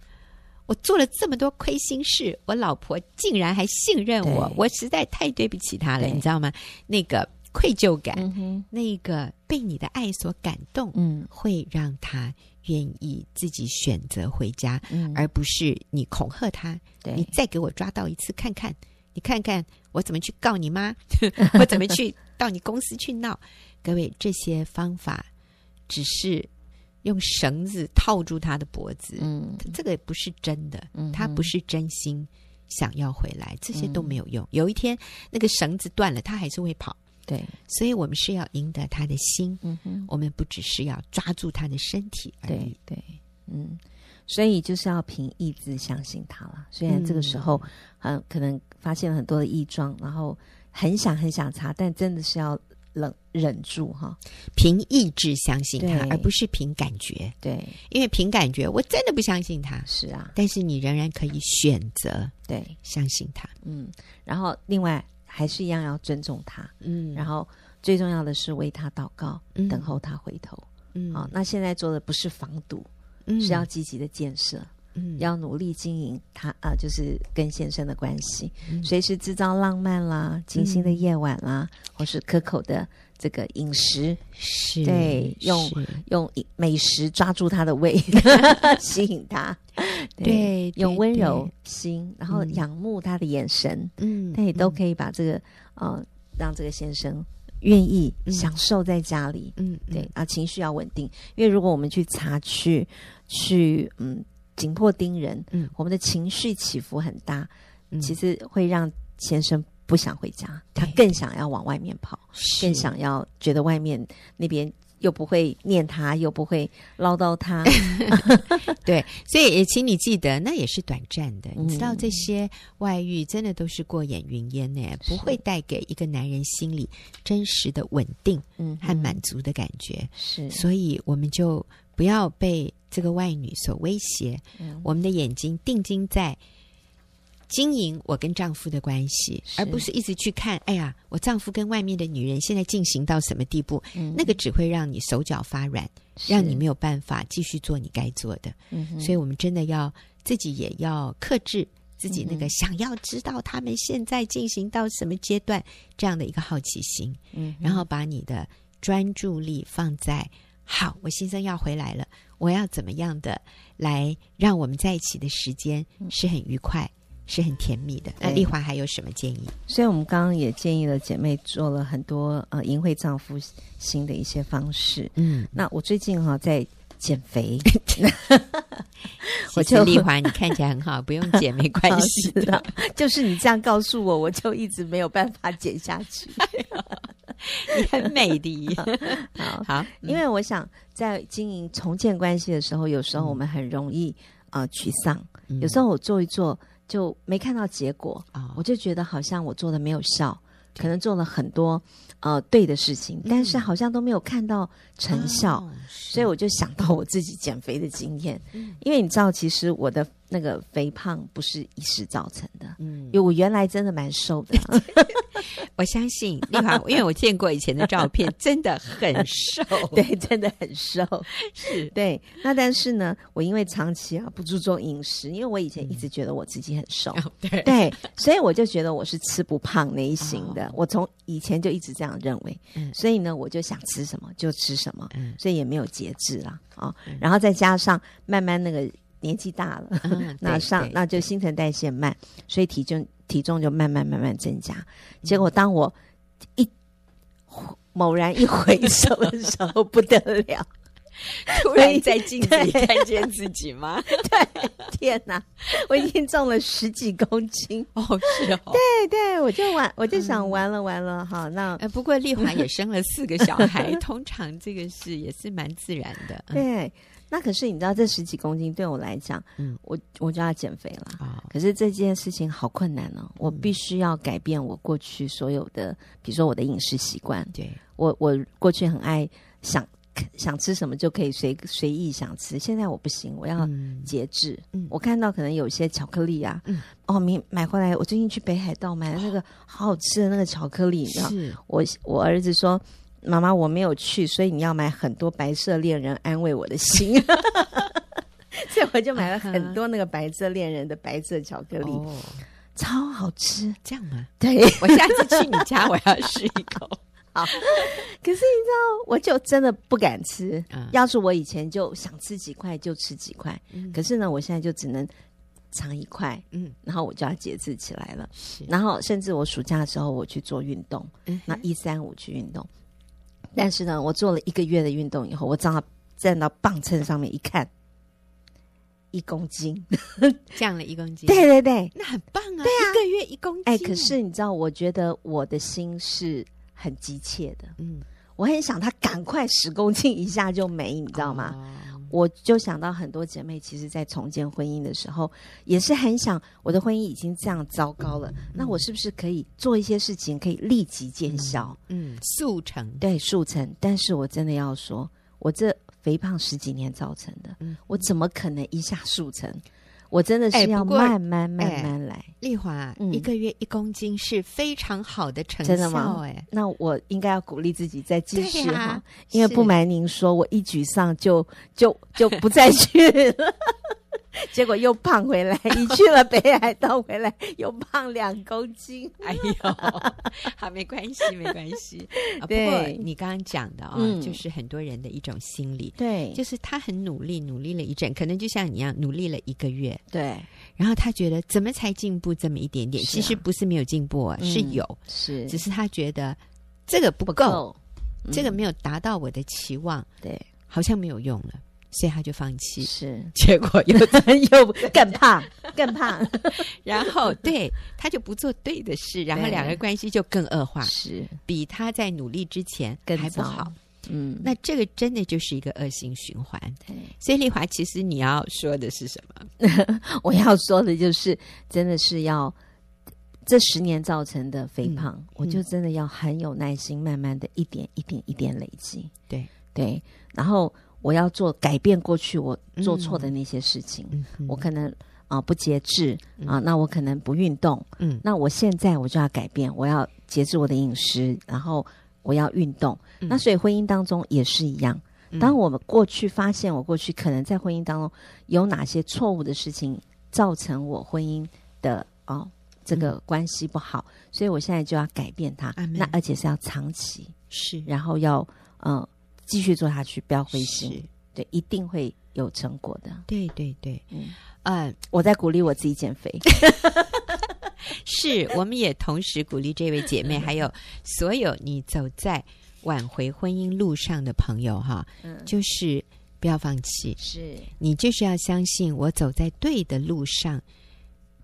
[SPEAKER 1] 我做了这么多亏心事，我老婆竟然还信任我
[SPEAKER 3] 对，
[SPEAKER 1] 我实在太对不起她了，
[SPEAKER 3] 对
[SPEAKER 1] 你知道吗？那个愧疚感，
[SPEAKER 3] 嗯哼，
[SPEAKER 1] 那个被你的爱所感动，
[SPEAKER 3] 嗯
[SPEAKER 1] 会让她愿意自己选择回家，
[SPEAKER 3] 嗯，
[SPEAKER 1] 而不是你恐吓她，你
[SPEAKER 3] 对，
[SPEAKER 1] 再给我抓到一次看看，你看看我怎么去告你妈， 我怎么去到你公司去闹。各位，这些方法只是用绳子套住他的脖子，
[SPEAKER 3] 嗯
[SPEAKER 1] 这个不是真的，
[SPEAKER 3] 嗯，
[SPEAKER 1] 他不
[SPEAKER 3] 是，
[SPEAKER 1] 是真心想要回来，这些都没
[SPEAKER 3] 嗯
[SPEAKER 1] 有用。有一天那个绳子断了，他还是会跑。
[SPEAKER 3] 对，
[SPEAKER 1] 所以我们是要赢得他的心，
[SPEAKER 3] 嗯哼。
[SPEAKER 1] 我们不只是要抓住他的身体而已
[SPEAKER 3] 对。对，嗯，所以就是要凭意志相信他了。虽然这个时候，嗯、可能发现了很多的异状，然后很想很想查，但真的是要冷忍住哈。
[SPEAKER 1] 凭意志相信他
[SPEAKER 3] 对，
[SPEAKER 1] 而不是凭感觉，
[SPEAKER 3] 对，
[SPEAKER 1] 因为凭感觉我真的不相信他。
[SPEAKER 3] 是啊，
[SPEAKER 1] 但是你仍然可以选择
[SPEAKER 3] 对，
[SPEAKER 1] 相信他。
[SPEAKER 3] 嗯，然后另外还是一样要尊重他，
[SPEAKER 1] 嗯
[SPEAKER 3] 然后最重要的是为他祷告，
[SPEAKER 1] 嗯
[SPEAKER 3] 等候他回头。
[SPEAKER 1] 嗯
[SPEAKER 3] 好、那现在做的不是防堵，
[SPEAKER 1] 嗯
[SPEAKER 3] 是要积极的建设。
[SPEAKER 1] 嗯
[SPEAKER 3] 要努力经营他啊、呃就是跟先生的关系，
[SPEAKER 1] 嗯
[SPEAKER 3] 随时制造浪漫啦、精心的夜晚啦，或是可口的这个饮食，
[SPEAKER 1] 是
[SPEAKER 3] 对用
[SPEAKER 1] 是
[SPEAKER 3] 用饮美食抓住他的胃， 吸引他，
[SPEAKER 1] 对对
[SPEAKER 3] 用温柔
[SPEAKER 1] 对
[SPEAKER 3] 心，然后
[SPEAKER 1] 嗯
[SPEAKER 3] 仰慕他的眼神，
[SPEAKER 1] 嗯
[SPEAKER 3] 对，都可以把这个呃，让这个先生愿意
[SPEAKER 1] 嗯
[SPEAKER 3] 享受在家里，
[SPEAKER 1] 嗯嗯
[SPEAKER 3] 对啊，情绪要稳定，因为如果我们去查去去嗯紧迫盯人，
[SPEAKER 1] 嗯
[SPEAKER 3] 我们的情绪起伏很大，
[SPEAKER 1] 嗯
[SPEAKER 3] 其实会让先生不想回家，他
[SPEAKER 1] 对
[SPEAKER 3] 更想要往外面跑，
[SPEAKER 1] 是
[SPEAKER 3] 更想要觉得外面那边又不会念他，又不会唠 叨他，
[SPEAKER 1] 对，所以也请你记得，那也是短暂的。你知道
[SPEAKER 3] 嗯
[SPEAKER 1] 这些外遇真的都是过眼云烟呢，不会带给一个男人心里真实的稳定
[SPEAKER 3] 嗯，
[SPEAKER 1] 和满足的感觉。
[SPEAKER 3] 是，
[SPEAKER 1] 所以我们就不要被这个外女所威胁，
[SPEAKER 3] 嗯
[SPEAKER 1] 我们的眼睛定睛在经营我跟丈夫的关系，
[SPEAKER 3] 是
[SPEAKER 1] 而不是一直去看，哎呀，我丈夫跟外面的女人现在进行到什么地步？
[SPEAKER 3] 嗯
[SPEAKER 1] 那个只会让你手脚发软，
[SPEAKER 3] 是
[SPEAKER 1] 让你没有办法继续做你该做的。
[SPEAKER 3] 嗯哼
[SPEAKER 1] 所以我们真的要自己也要克制。自己那
[SPEAKER 3] 嗯
[SPEAKER 1] 个想要知道他们现在进行到什么阶段这样的一个好奇心，
[SPEAKER 3] 嗯哼
[SPEAKER 1] 然后把你的专注力放在好，我先生要回来了，我要怎么样的来让我们在一起的时间是很愉快，是很甜蜜的。那
[SPEAKER 3] 嗯对
[SPEAKER 1] 丽华还有什么建议？
[SPEAKER 3] 所以我们刚刚也建议了姐妹做了很多呃淫秽丈夫新的一些方式，
[SPEAKER 1] 嗯，
[SPEAKER 3] 那我最近哈、在减肥，
[SPEAKER 1] 我
[SPEAKER 3] 我
[SPEAKER 1] 就
[SPEAKER 3] 就
[SPEAKER 1] 丽华，你看起来很好，不用减，没关系
[SPEAKER 3] 是的，就是你这样告诉我，我就一直没有办法减下去。
[SPEAKER 1] 你很美的。
[SPEAKER 3] 好，
[SPEAKER 1] 好，嗯
[SPEAKER 3] 因为我想在经营重建关系的时候，有时候我们很容易呃沮丧，有时
[SPEAKER 1] 候
[SPEAKER 3] 候我做一做就没看到结果，
[SPEAKER 1] 哦
[SPEAKER 3] 我就觉得好像我做的没有效，可能做了很多呃对的事情，但是好像都没有看到
[SPEAKER 1] 哦
[SPEAKER 3] 成效。，所以我就想到我自己减肥的经验，因为你知道，其实我的那个肥胖不是一时造成的，
[SPEAKER 1] 嗯
[SPEAKER 3] 因为我原来真的蛮瘦的，
[SPEAKER 1] 我相信丽华，因为我见过以前的照片，真的很瘦。
[SPEAKER 3] 对，真的很瘦。
[SPEAKER 1] 是，
[SPEAKER 3] 对，那但是呢，我因为长期啊不注重饮食，因为我以前
[SPEAKER 1] 嗯
[SPEAKER 3] 一直觉得我自己很瘦，
[SPEAKER 1] 哦对，
[SPEAKER 3] 对，所以我就觉得我是吃不胖那一型的。
[SPEAKER 1] 哦
[SPEAKER 3] 我从以前就一直这样认为，
[SPEAKER 1] 嗯
[SPEAKER 3] 所以呢，我就想吃什么就吃什么，
[SPEAKER 1] 嗯
[SPEAKER 3] 所以也没有节制啦啊、哦
[SPEAKER 1] 嗯
[SPEAKER 3] 然后再加上慢慢那个年纪大了，
[SPEAKER 1] 嗯
[SPEAKER 3] 那
[SPEAKER 1] 对
[SPEAKER 3] 上
[SPEAKER 1] 对
[SPEAKER 3] 那就新陈代谢慢，所以体重体重就慢慢慢慢增加。结
[SPEAKER 1] 嗯
[SPEAKER 3] 果当我一猛然一回首的时候，不得了，
[SPEAKER 1] 突然 在镜子里看见自己吗？
[SPEAKER 3] 天哪，我已经重了十几公斤。
[SPEAKER 1] 哦，是哦。
[SPEAKER 3] 对对，我就完，我就
[SPEAKER 1] 嗯
[SPEAKER 3] 想完了完了哈，那
[SPEAKER 1] 呃，不过丽华 也生了四个小孩， 通常这个是也是蛮自然的。嗯
[SPEAKER 3] 对，那可是你知道，这十几公斤对我来讲，
[SPEAKER 1] 嗯
[SPEAKER 3] 我我就要减肥了。
[SPEAKER 1] 哦，
[SPEAKER 3] 可是这件事情好困难哦，我
[SPEAKER 1] 嗯
[SPEAKER 3] 必须要改变我过去所有的，比如说我的饮食习惯。
[SPEAKER 1] 对，
[SPEAKER 3] 我我过去很爱想想吃什么就可以随随意想吃，现在我不行，我要
[SPEAKER 1] 嗯
[SPEAKER 3] 节制。
[SPEAKER 1] 嗯
[SPEAKER 3] 我看到可能有些巧克力啊，
[SPEAKER 1] 嗯
[SPEAKER 3] 哦，你买回来，我最近去北海道买了那个好好吃的那个巧克力，你知道，
[SPEAKER 1] 是
[SPEAKER 3] 我我儿子说。妈妈，我没有去，所以你要买很多白色恋人安慰我的心， 所以我就买了很多那个白色恋人的白色巧克力，
[SPEAKER 1] 哦，
[SPEAKER 3] 超好吃。
[SPEAKER 1] 这样 啊。
[SPEAKER 3] 对，
[SPEAKER 1] 我下次去你家，我要试一 口。
[SPEAKER 3] 可是你知道，我就真的不敢吃。
[SPEAKER 1] 啊
[SPEAKER 3] 要是我以前就想吃几块就吃几块，
[SPEAKER 1] 嗯
[SPEAKER 3] 可是呢，我现在就只能尝一块，
[SPEAKER 1] 嗯，
[SPEAKER 3] 然后我就要节制起来了。
[SPEAKER 1] 是
[SPEAKER 3] 然后甚至我暑假的时候我去做运动，
[SPEAKER 1] 嗯
[SPEAKER 3] 那一三五去运动，但是呢，我做了一个月的运动以后，我站到站到磅秤上面一看，一公斤，
[SPEAKER 1] 降了一公斤，
[SPEAKER 3] 对，对对，
[SPEAKER 1] 那很棒啊，一个月一公斤。啊
[SPEAKER 3] 哎，可是你知道，我觉得我的心是很急切的，
[SPEAKER 1] 嗯，
[SPEAKER 3] 我很想他赶快十公斤一下就没，你知道吗？
[SPEAKER 1] 哦？
[SPEAKER 3] 我就想到很多姐妹，其实，在重建婚姻的时候，也是很想我的婚姻已经这样糟糕了，
[SPEAKER 1] 嗯
[SPEAKER 3] 那我是不是可以做一些事情可以立即见效，
[SPEAKER 1] 嗯，速成。
[SPEAKER 3] 对速成？但是我真的要说，我这肥胖十几年造成的，
[SPEAKER 1] 嗯
[SPEAKER 3] 我怎么可能一下速成？我真的
[SPEAKER 1] 哎
[SPEAKER 3] 是
[SPEAKER 1] 不
[SPEAKER 3] 要
[SPEAKER 1] 过
[SPEAKER 3] 慢慢慢
[SPEAKER 1] 哎
[SPEAKER 3] 慢来。
[SPEAKER 1] 丽华，
[SPEAKER 3] 嗯
[SPEAKER 1] 一个月一公斤是非常好的成效、
[SPEAKER 3] 真的吗
[SPEAKER 1] 哎，
[SPEAKER 3] 那我应该要鼓励自己再继续
[SPEAKER 1] 对
[SPEAKER 3] 哈、
[SPEAKER 1] 呀
[SPEAKER 3] 因为不
[SPEAKER 1] 是
[SPEAKER 3] 瞒您说，我一沮丧就就就不再去了， 结果又胖回来，一去了北海道回来又胖两公斤。
[SPEAKER 1] 哎呦，好，没关系，没关系。啊、不过
[SPEAKER 3] 对
[SPEAKER 1] 你刚刚讲的啊、
[SPEAKER 3] 嗯
[SPEAKER 1] 就是很多人的一种心理，
[SPEAKER 3] 对
[SPEAKER 1] 就是他很努力，努力了一阵，可能就像你一样，努力了一个月，
[SPEAKER 3] 对，
[SPEAKER 1] 然后他觉得怎么才进步这么一点点？
[SPEAKER 3] 是啊
[SPEAKER 1] 其实不是没有进步、哦，
[SPEAKER 3] 嗯
[SPEAKER 1] 是有，
[SPEAKER 3] 是
[SPEAKER 1] 只是他觉得这个不
[SPEAKER 3] 不
[SPEAKER 1] 够，
[SPEAKER 3] 够，嗯
[SPEAKER 1] 这个没有达到我的期望，
[SPEAKER 3] 对
[SPEAKER 1] 好像没有用了，所以他就放 弃。
[SPEAKER 3] 是
[SPEAKER 1] 结果 又
[SPEAKER 3] 又更胖更 胖
[SPEAKER 1] 然后对他就不做对的事，然后
[SPEAKER 3] 对
[SPEAKER 1] 两个关系就更恶化，
[SPEAKER 3] 是
[SPEAKER 1] 比他在努力之前
[SPEAKER 3] 更
[SPEAKER 1] 还不
[SPEAKER 3] 糟
[SPEAKER 1] 好。
[SPEAKER 3] 嗯
[SPEAKER 1] 那这个真的就是一个恶性循环。
[SPEAKER 3] 对。
[SPEAKER 1] 所以丽华，其实你要说的是什么？
[SPEAKER 3] 我要说的就是，真的是要这十年造成的肥胖，
[SPEAKER 1] 嗯
[SPEAKER 3] 我就真的要很有耐心，慢慢的一点一点一点累积。
[SPEAKER 1] 对
[SPEAKER 3] 对，然后我要做改变过去我做
[SPEAKER 1] 嗯
[SPEAKER 3] 错的那些事情，
[SPEAKER 1] 嗯哼，
[SPEAKER 3] 我可能啊、不节制啊、那我可能不运动，
[SPEAKER 1] 嗯
[SPEAKER 3] 那我现在我就要改变，我要节制我的饮食，然后我要运动。
[SPEAKER 1] 嗯
[SPEAKER 3] 那所以婚姻当中也是一样。当我们过去发现我过去可能在婚姻当中有哪些错误的事情，造成我婚姻的哦这个
[SPEAKER 1] 嗯
[SPEAKER 3] 关系不好，所以我现在就要改变它。
[SPEAKER 1] Amen
[SPEAKER 3] 那而且是要长期，
[SPEAKER 1] 是
[SPEAKER 3] 然后要嗯、呃继续做下去，不要灰心
[SPEAKER 1] 是，
[SPEAKER 3] 对，一定会有成果的。
[SPEAKER 1] 对对对，
[SPEAKER 3] 嗯
[SPEAKER 1] 呃，
[SPEAKER 3] 我在鼓励我自己减肥，
[SPEAKER 1] 是，我们也同时鼓励这位姐
[SPEAKER 3] 嗯
[SPEAKER 1] 妹，还有所有你走在挽回婚姻路上的朋友哈，
[SPEAKER 3] 嗯，
[SPEAKER 1] 就是不要放弃，
[SPEAKER 3] 是
[SPEAKER 1] 你就是要相信我走在对的路上，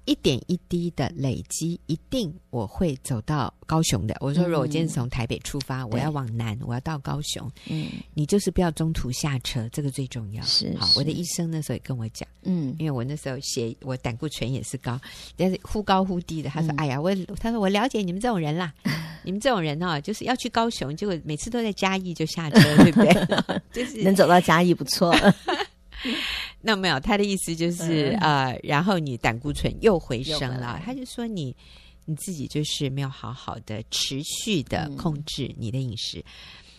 [SPEAKER 1] 一点一滴的累积，一定我会走到高雄的。我说，如果我今天从台北出发，我要往南，我要到高雄，
[SPEAKER 3] 嗯
[SPEAKER 1] 你就是不要中途下车，这个最重要。
[SPEAKER 3] 是
[SPEAKER 1] 好，
[SPEAKER 3] 是
[SPEAKER 1] 我的医生那时候也跟我讲，
[SPEAKER 3] 嗯
[SPEAKER 1] 因为我那时候血我胆固醇也是高，但是忽高忽低的。他说：“
[SPEAKER 3] 嗯
[SPEAKER 1] 哎呀，我他说我了解你们这种人啦，你们这种人哦，就是要去高雄，结果每 次都在嘉义就下车，对不对？就是
[SPEAKER 3] 能走到嘉义不错，
[SPEAKER 1] 那没有，他的意思就是、
[SPEAKER 3] 嗯
[SPEAKER 1] 呃，然后你胆固醇又回升
[SPEAKER 3] 又回
[SPEAKER 1] 了
[SPEAKER 3] 来，
[SPEAKER 1] 他就说你你自己就是没有好好的持续的
[SPEAKER 3] 嗯
[SPEAKER 1] 控制你的饮食。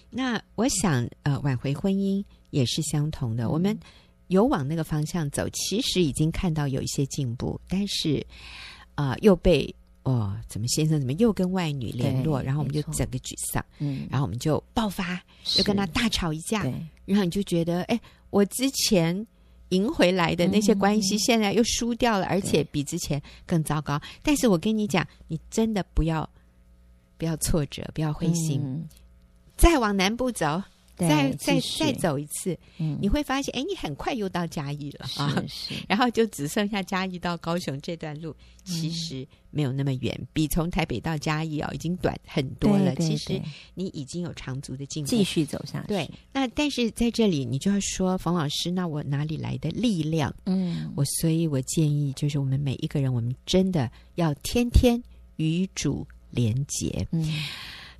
[SPEAKER 1] 那我想呃，挽回婚姻也是相同
[SPEAKER 3] 嗯
[SPEAKER 1] 的，我们有往那个方向走，其实已经看到有一些进步，但是啊、呃又被哦怎么先生怎么又跟外女联络，
[SPEAKER 3] 对
[SPEAKER 1] 然后我们就
[SPEAKER 3] 没错
[SPEAKER 1] 整个沮丧，
[SPEAKER 3] 嗯，
[SPEAKER 1] 然后我们就爆发，又跟他
[SPEAKER 3] 是
[SPEAKER 1] 大吵一架，
[SPEAKER 3] 对
[SPEAKER 1] 然后你就觉得，哎，我之前赢回来的那些关
[SPEAKER 3] 嗯
[SPEAKER 1] 系，现在又输掉了，而且比之前更糟糕。但是我跟你讲，你真的不要不要挫折，不要灰心，
[SPEAKER 3] 嗯
[SPEAKER 1] 再往南部走，
[SPEAKER 3] 对
[SPEAKER 1] 再再
[SPEAKER 3] 继续
[SPEAKER 1] 再走一次，
[SPEAKER 3] 嗯
[SPEAKER 1] 你会发现，哎，你很快又到嘉义了啊。
[SPEAKER 3] 是 是
[SPEAKER 1] 然后就只剩下嘉义到高雄这段路，其实没有那么远，比从台北到嘉义哦已经短很多了。
[SPEAKER 3] 对对
[SPEAKER 1] 其实
[SPEAKER 3] 对
[SPEAKER 1] 你已经有长足的进步，
[SPEAKER 3] 继续走下去，
[SPEAKER 1] 对，那但是在这里，你就要说冯老师，那我哪里来的力量？
[SPEAKER 3] 嗯，
[SPEAKER 1] 我所以，我建议就是我们每一个人，我们真的要天天与主连结，
[SPEAKER 3] 嗯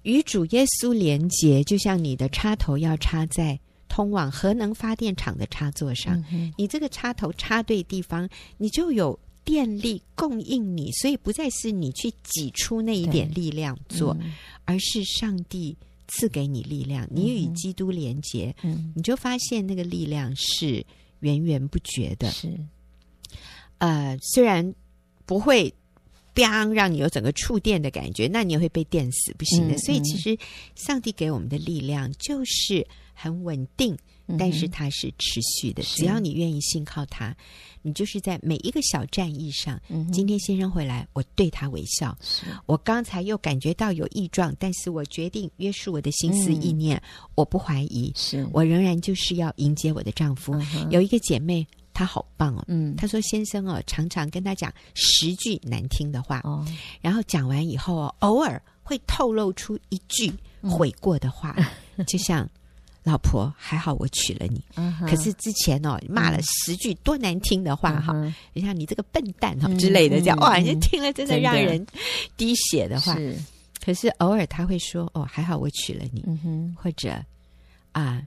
[SPEAKER 1] 与主耶稣连结，就像你的插头要插在通往核能发电厂的插座上，
[SPEAKER 3] 嗯哼
[SPEAKER 1] 你这个插头插对地方，你就有电力供应你，所以不再是你去挤出那一点力量做，
[SPEAKER 3] 嗯
[SPEAKER 1] 而是上帝赐给你力量，你与
[SPEAKER 3] 嗯哼
[SPEAKER 1] 基督连结。
[SPEAKER 3] 嗯
[SPEAKER 1] 你就发现那个力量是源源不绝的。
[SPEAKER 3] 是
[SPEAKER 1] 呃，虽然不会 biang 让你有整个触电的感觉，那你也会被电死，不行的。
[SPEAKER 3] 嗯
[SPEAKER 1] 所以
[SPEAKER 3] 嗯
[SPEAKER 1] 其实上帝给我们的力量就是很稳定，但是它是持续的。
[SPEAKER 3] 嗯是
[SPEAKER 1] 只要你愿意信靠它，你就是在每一个小战役上。
[SPEAKER 3] 嗯哼
[SPEAKER 1] 今天先生回来，我对他微笑。
[SPEAKER 3] 是
[SPEAKER 1] 我刚才又感觉到有异状，但是我决定约束我的心思
[SPEAKER 3] 嗯
[SPEAKER 1] 意念，我不怀疑，
[SPEAKER 3] 是
[SPEAKER 1] 我仍然就是要迎接我的丈夫。
[SPEAKER 3] 嗯哼
[SPEAKER 1] 有一个姐妹，她好棒哦。
[SPEAKER 3] 嗯
[SPEAKER 1] 她说：“先生哦，常常跟她讲十句难听的话，
[SPEAKER 3] 哦
[SPEAKER 1] 然后讲完以后哦，偶尔会透露出一句
[SPEAKER 3] 嗯
[SPEAKER 1] 悔过的 话，就像‘老婆，还好我娶了你’，
[SPEAKER 3] 嗯哼
[SPEAKER 1] 可是之前哦骂了十句多难听的话哈，
[SPEAKER 3] 嗯哼
[SPEAKER 1] 就像你这个笨蛋哈
[SPEAKER 3] 嗯
[SPEAKER 1] 之类的，这样
[SPEAKER 3] 嗯
[SPEAKER 1] 哇，你
[SPEAKER 3] 嗯
[SPEAKER 1] 听了真的
[SPEAKER 3] 真的
[SPEAKER 1] 让人滴血的话。
[SPEAKER 3] 是
[SPEAKER 1] 可是偶尔她会说：‘哦，还好我娶了你’，
[SPEAKER 3] 嗯哼
[SPEAKER 1] 或者啊、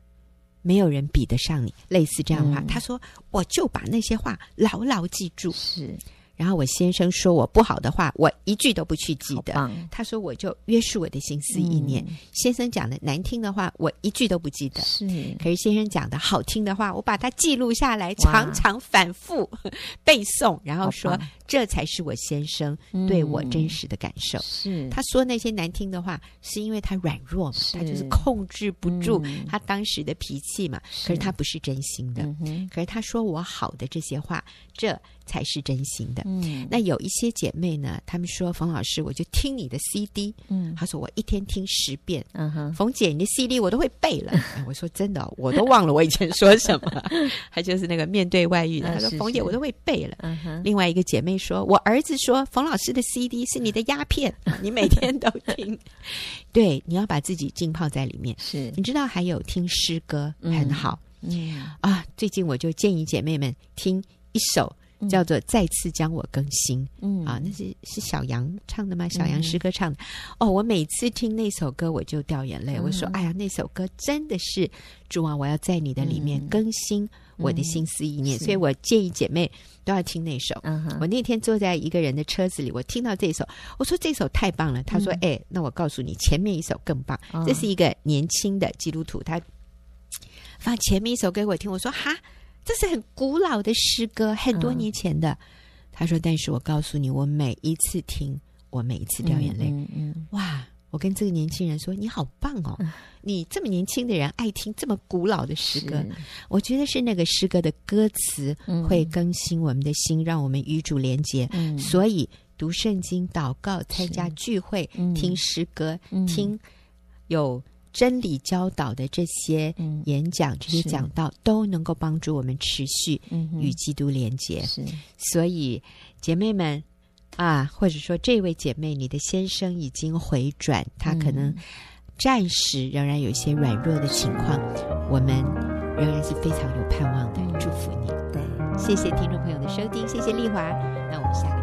[SPEAKER 1] 没有人比得上你，类似这样的话。
[SPEAKER 3] 嗯
[SPEAKER 1] 他说，我就把那些话牢牢记住。
[SPEAKER 3] 是
[SPEAKER 1] 然后我先生说我不好的话，我一句都不去记
[SPEAKER 3] 好
[SPEAKER 1] 得。
[SPEAKER 3] 棒
[SPEAKER 1] 他说，我就约束我的心思意念。
[SPEAKER 3] 嗯
[SPEAKER 1] 先生讲的难听的话，我一句都不记得。
[SPEAKER 3] 是
[SPEAKER 1] 可是先生讲的好听的话，我把它记录下来，
[SPEAKER 3] 哇
[SPEAKER 1] 常常反复 背诵，然后
[SPEAKER 3] 好
[SPEAKER 1] 说
[SPEAKER 3] 棒
[SPEAKER 1] 这才是我先生对我
[SPEAKER 3] 嗯
[SPEAKER 1] 真实的感受。
[SPEAKER 3] 是
[SPEAKER 1] 他说那些难听的话，是因为他软弱嘛，
[SPEAKER 3] 是
[SPEAKER 1] 他就是控制不住
[SPEAKER 3] 嗯
[SPEAKER 1] 他当时的脾气嘛。可是他不是真心的，
[SPEAKER 3] 嗯哼
[SPEAKER 1] 可是他说我好的这些话，这才是真心的。
[SPEAKER 3] 嗯
[SPEAKER 1] 那有一些姐妹呢，她们说冯老师，我就听你的 CD，
[SPEAKER 3] 嗯
[SPEAKER 1] 她说我一天听十遍。
[SPEAKER 3] 嗯哼
[SPEAKER 1] 冯姐，你的 CD 我都会背 了。哎我说真的哦、我都忘了我以前说什 么。她就是那个面对外遇的，
[SPEAKER 3] 啊
[SPEAKER 1] 她说
[SPEAKER 3] 是
[SPEAKER 1] 冯姐
[SPEAKER 3] 是
[SPEAKER 1] 我都会背了。
[SPEAKER 3] 嗯哼
[SPEAKER 1] 另外一个姐妹说：“我儿子说冯老师的 CD 是你的鸦 片，你每天都听。对，你要把自己浸泡在里面。
[SPEAKER 3] 是
[SPEAKER 1] 你知道还有听诗歌
[SPEAKER 3] 嗯
[SPEAKER 1] 很好、
[SPEAKER 3] 嗯
[SPEAKER 1] 啊。最近我就建议姐妹们听一首
[SPEAKER 3] 嗯
[SPEAKER 1] 叫做《再次将我更新》
[SPEAKER 3] 嗯
[SPEAKER 1] 啊，那是是小杨唱的吗？小杨诗歌唱的。哦，我每次听那首歌我就掉眼
[SPEAKER 3] 嗯
[SPEAKER 1] 泪，我说：哎呀，那首歌真的是主啊，我要在你的里面
[SPEAKER 3] 嗯
[SPEAKER 1] 更新我的心思意念。
[SPEAKER 3] 是
[SPEAKER 1] 所以我建议姐妹都要听那首。
[SPEAKER 3] 嗯哼
[SPEAKER 1] 我那天坐在一个人的车子里，我听到这首，我说这首太棒了。他说：“哎、那我告诉你，前面一首更棒。
[SPEAKER 3] 嗯哦
[SPEAKER 1] 这是一个年轻的基督徒，他放前面一首给我听。我说：“哈，这是很古老的诗歌，很多
[SPEAKER 3] 嗯
[SPEAKER 1] 年前的。他说：“但是我告诉你，我每一次听，我每一次掉眼泪。
[SPEAKER 3] 嗯嗯嗯
[SPEAKER 1] 哇！我跟这个年轻人说：“你好棒哦，你这么年轻的人爱听这么古老的诗歌。”我觉得是那个诗歌的歌词
[SPEAKER 3] 嗯
[SPEAKER 1] 会更新我们的心，让我们与主连结。
[SPEAKER 3] 嗯
[SPEAKER 1] 所以读圣经、祷告、参加聚会、
[SPEAKER 3] 嗯
[SPEAKER 1] 听诗歌、
[SPEAKER 3] 嗯
[SPEAKER 1] 听有真理教导的这些
[SPEAKER 3] 嗯
[SPEAKER 1] 演讲、这些
[SPEAKER 3] 是
[SPEAKER 1] 讲道，都能够帮助我们持续
[SPEAKER 3] 嗯哼
[SPEAKER 1] 与基督连结。
[SPEAKER 3] 是
[SPEAKER 1] 所以，姐妹们啊，或者说这位姐妹，你的先生已经回转，他可
[SPEAKER 3] 嗯
[SPEAKER 1] 能暂时仍然有一些软弱的情况，我们仍然是非常有盼望的，祝福你。
[SPEAKER 3] 对。
[SPEAKER 1] 谢谢听众朋友的收听，谢谢丽华，那我们下个。